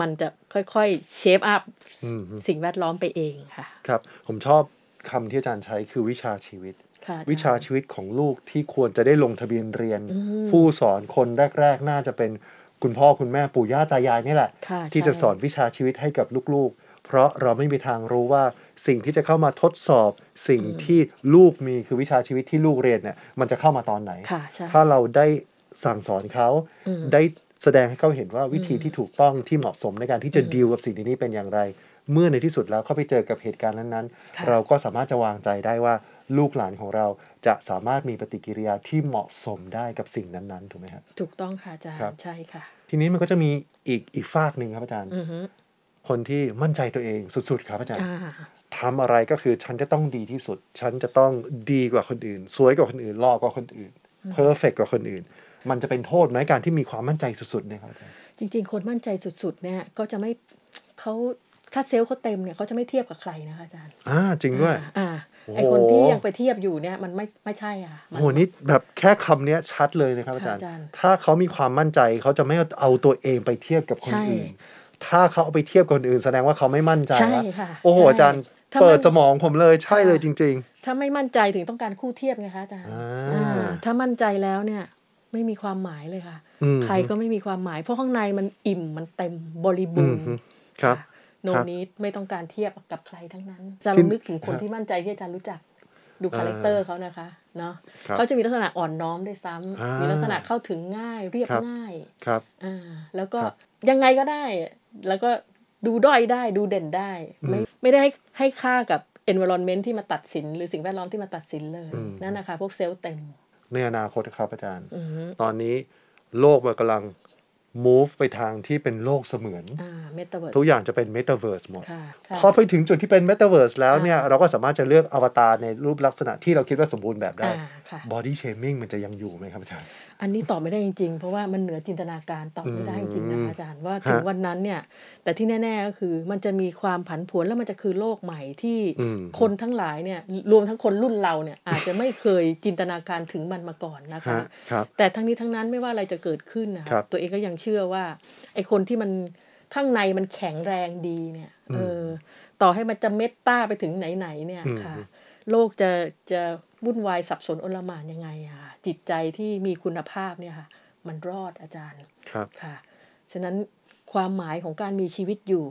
[SPEAKER 2] มันจะค่อยๆเชฟอัพ
[SPEAKER 1] อืม
[SPEAKER 2] สิ่งแวดล้อมไปเองค่ะ
[SPEAKER 1] ครับผมชอบคำที่อาจารย์ใช้คือวิชาชีวิต
[SPEAKER 2] ค่ะอจรย์
[SPEAKER 1] วิชาชีวิตของลูกที่ควรจะได้ลงทะเบียนเรียน
[SPEAKER 2] อืม
[SPEAKER 1] ผู้สอนคนแรก ๆ น่าจะเป็นคุณพ่อคุณแม่ปู่ย่าตายายนี่แหละ
[SPEAKER 2] ค่ะ
[SPEAKER 1] ที่
[SPEAKER 2] ใช่
[SPEAKER 1] จะสอนวิชาชีวิตให้กับลูกๆ เพราะเราไม่มีทางรู้ว่าสิ่งที่จะเข้ามาทดสอบ สิ่งที่ลูกมีคือวิชาชีวิตที่ลูกเรียนเนี่ยมันจะเข้ามาตอนไหน
[SPEAKER 2] ค่ะใช่
[SPEAKER 1] ถ้าเราได้สั่งสอนเขา
[SPEAKER 2] อืม
[SPEAKER 1] ได้แสดงให้เขาเห็นว่าวิธีที่ถูกต้องที่เหมาะสมในการที่จะดีลกับสิ่งนี้เป็นอย่างไร เมื่อในที่สุดแล้วเขาไปเจอกับเหตุการณ์นั้น
[SPEAKER 2] ค่ะ
[SPEAKER 1] ๆ เราก็สามารถจะวางใจได้ว่าลูกหลานของเราจะสามารถมีปฏิกิริยาที่เหมาะสมได้กับสิ่งนั้นๆถูกไหมครับ
[SPEAKER 2] ถูกต้องค่ะอาจาร
[SPEAKER 1] ครับ
[SPEAKER 2] ย์ใช่ค่ะ
[SPEAKER 1] ทีนี้มันก็จะมีอีกอีกฝากหนึ่งครับอาจารย์
[SPEAKER 2] อือฮึ
[SPEAKER 1] คนที่มั่นใจตัวเองสุดๆ ครับอาจารย์
[SPEAKER 2] อ่า
[SPEAKER 1] ทำอะไรก็คือฉันจะต้องดีที่สุด ฉันจะต้องดีกว่าคนอื่น สวยกว่าคนอื่นหล่อกว่าคนอื่นเพอร์เฟกกว่าคนอื่น มันจะเป็นโทษไหมการที่มีความมั่นใจสุดๆเนี่ยครับอาจารย์
[SPEAKER 2] จริงๆ คนมั่นใจสุดๆ เนี่ยก็จะไม่เขาถ้าเซลล์เขาเต็มเนี่ยเขาจะไม่เทียบกับใครนะคะอาจารย์
[SPEAKER 1] อ่าจริงด้วย
[SPEAKER 2] อ่าอ่า
[SPEAKER 1] โอ้โห
[SPEAKER 2] ไอคนที่ยังไปเทียบอยู่เนี่ยมันไม่ไม่ใช่อ่ะมัน
[SPEAKER 1] โหนี่แบบแค่คำเนี้ยชัดเลยนะครับอาจาร
[SPEAKER 2] ค่ะ
[SPEAKER 1] ย์
[SPEAKER 2] อาจารย์
[SPEAKER 1] ถ้าเขามีความมั่นใจเขาจะไม่เอาตัวเองไปเทียบกับคน
[SPEAKER 2] ใช่
[SPEAKER 1] อื่น ถ้าเขาเอาไปเทียบกับคนอื่น แสดงว่าเขาไม่มั่นใจ
[SPEAKER 2] ใช่
[SPEAKER 1] แล้ว
[SPEAKER 2] ค่ะ
[SPEAKER 1] โอ้โห
[SPEAKER 2] ใช่
[SPEAKER 1] อาจารย์
[SPEAKER 2] ถ้า
[SPEAKER 1] เปิ
[SPEAKER 2] มั
[SPEAKER 1] ด
[SPEAKER 2] น
[SPEAKER 1] สมองผมเลยใช่เลยจ
[SPEAKER 2] ค่ะ
[SPEAKER 1] ริง
[SPEAKER 2] ถ้าไม่มั่นใจถึงต้องการคู่เทียบไงคะอาจารย์
[SPEAKER 1] อ่า
[SPEAKER 2] อ่าถ้ามั่นใจแล้วเนี่ยไม่มีความหมายเลยค่ะ
[SPEAKER 1] ๆ อืม
[SPEAKER 2] ใครก็ไม่มีความหมายเพราะข้างในมันอิ่มมันเต็มบริบูรณ์
[SPEAKER 1] อืมครับ
[SPEAKER 2] ค่ะโน
[SPEAKER 1] ครับ
[SPEAKER 2] นี้ไม่ต้องการเทียบกับใครทั้งนั้นอาจารย์
[SPEAKER 1] ที่
[SPEAKER 2] ลองนึกถึงคน
[SPEAKER 1] ฮะ
[SPEAKER 2] ที่มั่นใจที่อาจารย์รู้จัก ดู
[SPEAKER 1] อ่า
[SPEAKER 2] คาแรคเตอร์เขานะคะเนาะ
[SPEAKER 1] ครับ
[SPEAKER 2] เขาจะมีลักษณะอ่อนน้อมด้วยซ้ำ
[SPEAKER 1] อ่ามี
[SPEAKER 2] มีลักษณะเข้าถึงง่าย เรียบ
[SPEAKER 1] ครับ
[SPEAKER 2] ง่าย
[SPEAKER 1] ครับ
[SPEAKER 2] อ่าแล้วก็
[SPEAKER 1] ครับ
[SPEAKER 2] ยังไงก็ได้ แล้วก็ดูด้อยได้ดูเด่นได้ ไม่
[SPEAKER 1] อืม
[SPEAKER 2] ไม่ได้ให้ให้ค่ากับ environment ที่มาตัดสิน หรือสิ่งแวดล้อมที่มาตัดสินเลย
[SPEAKER 1] อืม
[SPEAKER 2] นั่นนะคะพวกเซลล์เต็ม
[SPEAKER 1] ในอนาคตครับอาจารย์
[SPEAKER 2] อืม
[SPEAKER 1] ตอนนี้โลกมันกำลัง move ไปทางที่เป็นโลกเสมือน
[SPEAKER 2] อ่าเมตาเวิร์ส
[SPEAKER 1] ทุกอย่างจะเป็น metaverse หมด
[SPEAKER 2] ค่ะค่ะ
[SPEAKER 1] พอไปถึงจุดที่เป็นเมตาเวิร์สแล้วเนี่ย
[SPEAKER 2] อ่า
[SPEAKER 1] เราก็สามารถจะเลือกอวตารในรูปลักษณะที่เราคิดว่าสมบูรณ์แบบได้
[SPEAKER 2] อ่าค่ะ
[SPEAKER 1] บอดี้เชมิ่งมันจะยังอยู่ไหมครับอาจารย์
[SPEAKER 2] อันนี้ตอบไม่ได้จริงๆ เพราะว่ามันเหนือจินตนาการตอบไม่ได้จริงๆนะ
[SPEAKER 1] อืม
[SPEAKER 2] คะอาจารย์ว่าถึง
[SPEAKER 1] ฮะ
[SPEAKER 2] วันนั้นเนี่ย แต่ที่แน่ๆก็คือมันจะมีความผันผวนแล้วมันจะคือโลกใหม่ที่
[SPEAKER 1] อืม
[SPEAKER 2] คนทั้งหลายเนี่ยรวมทั้งคนรุ่นเราเนี่ย อาจจะไม่เคยจินตนาการถึงมันมาก่อนนะคะ
[SPEAKER 1] ฮะครับ
[SPEAKER 2] แต่ทั้งนี้ทั้งนั้นไม่ว่าอะไรจะเกิดขึ้นนะะ
[SPEAKER 1] ครับ
[SPEAKER 2] ตัวเองก็ยังเชื่อว่าไอ้คนที่มันข้างในมันแข็งแรงดีเนี่ยเออต่อให้มันจะเมตตาไปถึงไหนๆเนี่ย
[SPEAKER 1] อืม
[SPEAKER 2] ค่ะ โลกจะจะวุ่นวายสับสนโอลหมานยังไงอะค่ะจิตใจที่มีคุณภาพเนี่ยค่ะ มันรอดอาจารย์
[SPEAKER 1] ครับ
[SPEAKER 2] ค่ะ ฉะนั้นความหมายของการมีชีวิตอยู่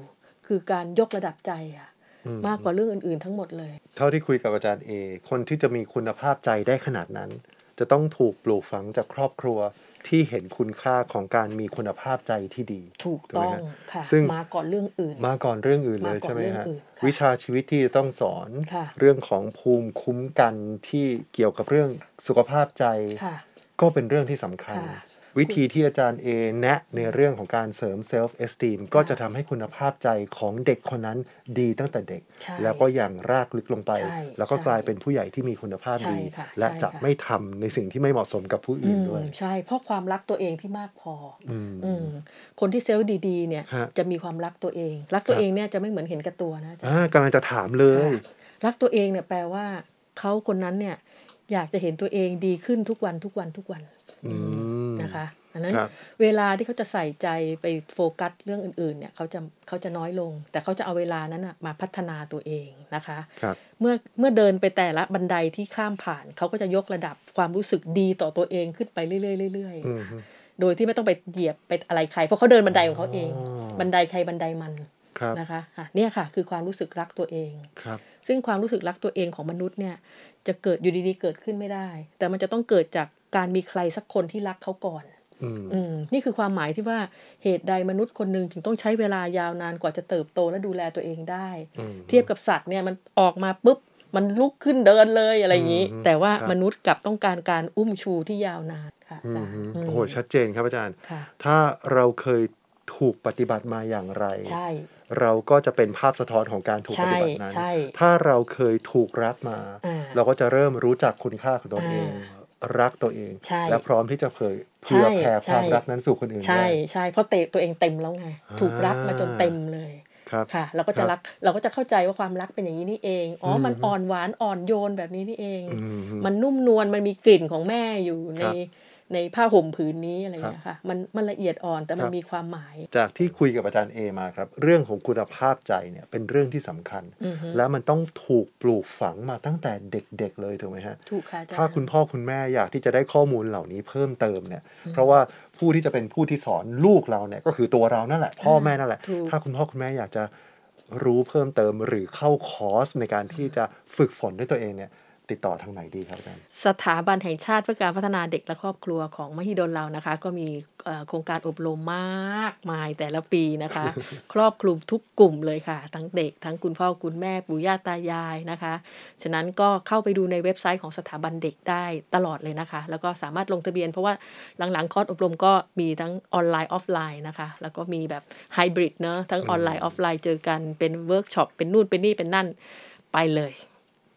[SPEAKER 2] คือการยกระดับใจอะ
[SPEAKER 1] อืม
[SPEAKER 2] มากกว่าเรื่องอื่นๆทั้งหมดเลย
[SPEAKER 1] เท่าที่คุยกับอาจารย์เอคนที่จะมีคุณภาพใจได้ขนาดนั้น จะต้องถูกปลูกฝังจากครอบครัวที่เห็นคุณค่าของการมีคุณภาพใจที่ดี
[SPEAKER 2] ถูก
[SPEAKER 1] ถูก
[SPEAKER 2] ต้
[SPEAKER 1] ไหม
[SPEAKER 2] อง
[SPEAKER 1] ฮะ
[SPEAKER 2] ค่ะ
[SPEAKER 1] ซึ่ง
[SPEAKER 2] มาก่อนเรื่องอื่น
[SPEAKER 1] มาก่อนเรื่องอื่นเลย
[SPEAKER 2] มาก่อน
[SPEAKER 1] ใช่ไหมฮะ
[SPEAKER 2] เรื่องอื่นค่ะ
[SPEAKER 1] วิชาชีวิตที่จะต้องสอน
[SPEAKER 2] ค่ะ
[SPEAKER 1] เรื่องของภูมิคุ้มกันที่เกี่ยวกับเรื่องสุขภาพใจ
[SPEAKER 2] ค่ะ
[SPEAKER 1] ก็เป็นเรื่องที่สำคัญ
[SPEAKER 2] ค่ะ
[SPEAKER 1] วิธีที่อาจารย์เอแนะในเรื่องของการเสริมเซลฟ์เอสติมก็จะทำให้คุณภาพใจของเด็กคนนั้นดีตั้งแต่เด็ก
[SPEAKER 2] ใช่
[SPEAKER 1] แล้วก็อย่างรากลึกลงไป
[SPEAKER 2] ใช่
[SPEAKER 1] แล้วก็
[SPEAKER 2] ใช่
[SPEAKER 1] กลายเป็นผู้ใหญ่ที่มีคุณภาพดี
[SPEAKER 2] ใช่ค่ะ
[SPEAKER 1] และ
[SPEAKER 2] ใช่
[SPEAKER 1] จะ
[SPEAKER 2] ค่ะ
[SPEAKER 1] ไม่ทำในสิ่งที่ไม่เหมาะสมกับผู้
[SPEAKER 2] อื
[SPEAKER 1] อื่น
[SPEAKER 2] ม
[SPEAKER 1] ด้วย
[SPEAKER 2] ใช่เพราะความรักตัวเองที่มากพอ
[SPEAKER 1] อืม
[SPEAKER 2] ออืมคนที่เซลล์ดีๆ เนี่ย
[SPEAKER 1] ฮะ
[SPEAKER 2] จะมีความรักตัวเอง รักตัวเองเนี่ยจะไม่เหมือนเห็นแกับตัวนะอาจ๊ะ
[SPEAKER 1] อ่ากำลังจะถามเลย
[SPEAKER 2] ค่ะรักตัวเองเนี่ยแปลว่าเขาคนนั้นเนี่ยอยากจะเห็นตัวเองดีขึ้นทุกวันทุกวันทุกวัน
[SPEAKER 1] อืม
[SPEAKER 2] นะคะอันนั้น
[SPEAKER 1] ครับ
[SPEAKER 2] เวลาที่เขาจะใส่ใจไปโฟกัสเรื่องอื่นๆเนี่ยเขาจะเขาจะน้อยลง แต่เขาจะเอาเวลานั้นน่ะมาพัฒนาตัวเองนะคะ
[SPEAKER 1] ครับ
[SPEAKER 2] เมื่อเมื่อเดินไปแต่ละบันไดที่ข้ามผ่าน เขาก็จะยกระดับความรู้สึกดีต่อตัวเองขึ้นไปเรื่อยๆเรื่อย
[SPEAKER 1] อืม
[SPEAKER 2] ๆโดยที่ไม่ต้องไปเหยียบไปอะไรใคร เพราะเขาเดินบันไดของเขาเอง
[SPEAKER 1] อ๋อ
[SPEAKER 2] บันไดใครบันไดมัน
[SPEAKER 1] ครับ
[SPEAKER 2] นะคะอ่ะเนี่ยค่ะ คือความรู้สึกรักตัวเอง
[SPEAKER 1] ครับ
[SPEAKER 2] ซึ่งความรู้สึกรักตัวเองของมนุษย์เนี่ยจะเกิดอยู่ดีๆเกิดขึ้นไม่ได้ แต่มันจะต้องเกิดจากการมีใครสักคนที่รักเขาก่อน
[SPEAKER 1] อืม
[SPEAKER 2] อืมนี่คือความหมายที่ว่าเหตุใดมนุษย์คนหนึ่งถึงต้องใช้เวลายาวนานกว่าจะเติบโตและดูแลตัวเองได้
[SPEAKER 1] อืม
[SPEAKER 2] เทียบกับสัตว์เนี่ยมันออกมาปุ๊บมันลุกขึ้นเดินเลยอะไรอย่างนี้
[SPEAKER 1] อืม
[SPEAKER 2] แต่ว่า
[SPEAKER 1] ครับ
[SPEAKER 2] มนุษย์กลับต้องการการอุ้มชูที่ยาวนานค่ะ
[SPEAKER 1] อื
[SPEAKER 2] สาม ร
[SPEAKER 1] ฮึ
[SPEAKER 2] อืม
[SPEAKER 1] โอ้โหชัดเจนครับอาจารย์
[SPEAKER 2] ค่ะ
[SPEAKER 1] ถ้าเราเคยถูกปฏิบัติมาอย่างไร
[SPEAKER 2] ใช่
[SPEAKER 1] เราก็จะเป็นภาพสะท้อนของการถูกป
[SPEAKER 2] ใช่
[SPEAKER 1] ฏิบัตินั้น
[SPEAKER 2] ใช่
[SPEAKER 1] ถ้าเราเคยถูกรักมา
[SPEAKER 2] อ่า
[SPEAKER 1] เราก็จะเริ่มรู้จักคุณค่าของตัวเอง
[SPEAKER 2] อ่
[SPEAKER 1] รักตัวเอง
[SPEAKER 2] ใช่
[SPEAKER 1] และพร้อมที่จะเผยเผื่อแผ่
[SPEAKER 2] ใช่
[SPEAKER 1] ความรักนั้นสู่คนอื่น
[SPEAKER 2] ใช่
[SPEAKER 1] ได้
[SPEAKER 2] ใช่เพราะเตะตัวเองเต็มแล้วไงถูกรักมาจนเต็มเลย
[SPEAKER 1] ครับ
[SPEAKER 2] ค่ะเราก็
[SPEAKER 1] ครั
[SPEAKER 2] จะ
[SPEAKER 1] บ
[SPEAKER 2] รักเราก็จะเข้าใจว่าความรักเป็นอย่างนี้นี่เองอ๋ออ
[SPEAKER 1] ม
[SPEAKER 2] มันอ่อนหวานอ่อนโยนแบบนี้นี่เอง
[SPEAKER 1] อืมฮึ
[SPEAKER 2] มันนุ่มนวลมันมีกลิ่นของแม่อยู่ใน
[SPEAKER 1] ครับ
[SPEAKER 2] ในผ้าห่มผืนนี้อะไรอย่างเงี้ยค่ะมันมันละเอียดอ่อนแต่
[SPEAKER 1] ค
[SPEAKER 2] มั
[SPEAKER 1] น รับ
[SPEAKER 2] มีความหมาย
[SPEAKER 1] จากที่คุยกับอาจารย์เอมาครับ เรื่องของคุณภาพใจเนี่ยเป็นเรื่องที่สำคัญ
[SPEAKER 2] อือฮึ
[SPEAKER 1] และมันต้องถูกปลูกฝังมาตั้งแต่เด็กๆเลยถูกไหมฮะ
[SPEAKER 2] ถูกค่ะอาจารย์
[SPEAKER 1] ถ้าคุณพ่อคุณแม่อยากที่จะได้ข้อมูลเหล่านี้เพิ่มเติมเนี่ย เพราะว่าผู้ที่จะเป็นผู้ที่สอนลูกเราเนี่ยก็คือตัวเรานั่นแหละ พ่อแม่นั่นแหละ
[SPEAKER 2] ถูก
[SPEAKER 1] ถ้าคุณพ่อคุณแม่อยากจะรู้เพิ่มเติมหรือเข้าคอร์สในการที่จะฝึกฝนด้วยตัวเองเนี่ยติดต่อทางไหนดีครับอาจารย์
[SPEAKER 2] สถาบันแห่งชาติเพื่อการพัฒนาเด็กและครอบครัวของมหิดลเรานะคะ ก็มีเอ่อโครงการอบรมมากมายแต่ละปีนะคะ [laughs] ครอบคลุมทุกกลุ่มเลยค่ะ ทั้งเด็ก ทั้งคุณพ่อคุณแม่ปู่ย่าตายายนะคะ ฉะนั้นก็เข้าไปดูในเว็บไซต์ของสถาบันเด็กได้ตลอดเลยนะคะ แล้วก็สามารถลงทะเบียนเพราะว่าหลังๆ คอร์สอบรมก็มีทั้งออนไลน์ออฟไลน์นะคะ แล้วก็มีแบบไฮบริดเนอะทั้งออนไลน์ออฟไลน์เจอกันเป็นเวิร์กช็อปเป็นนู่นเป็นนี่เป็นนั่นไปเลย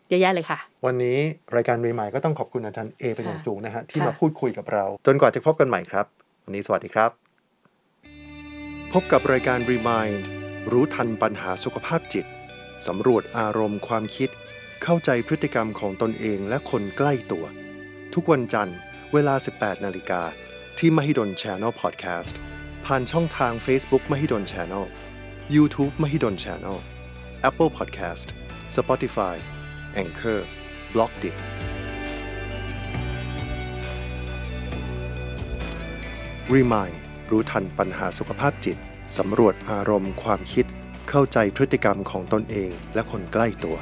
[SPEAKER 2] เยอะแยะเลยค่ะ
[SPEAKER 1] วันนี้รายการรีมายก็ต้องขอบคุณอาจารย์เอเป็นอย่าง
[SPEAKER 2] ค่ะ
[SPEAKER 1] สูงนะฮะที่
[SPEAKER 2] ค่ะ
[SPEAKER 1] มาพูดคุยกับเรา จนกว่าจะพบกันใหม่ครับ วันนี้สวัสดีครับ พบกับรายการ Remind รู้ทันปัญหาสุขภาพจิตสำรวจอารมณ์ความคิด เข้าใจพฤติกรรมของตนเองและคนใกล้ตัว ทุกวันจันทร์เวลา 18 นาฬิกา ที่ Mahidol Channel Podcast ผ่านช่องทาง Facebook Mahidol Channel YouTube Mahidol Channel Apple Podcast Spotify Anchor b l o g d i t Remind รู้ทันปัญหาสุขภาพจิต สำรวจอารมณ์ความคิด เข้าใจพฤติกรรมของตนเองและคนใกล้ตัว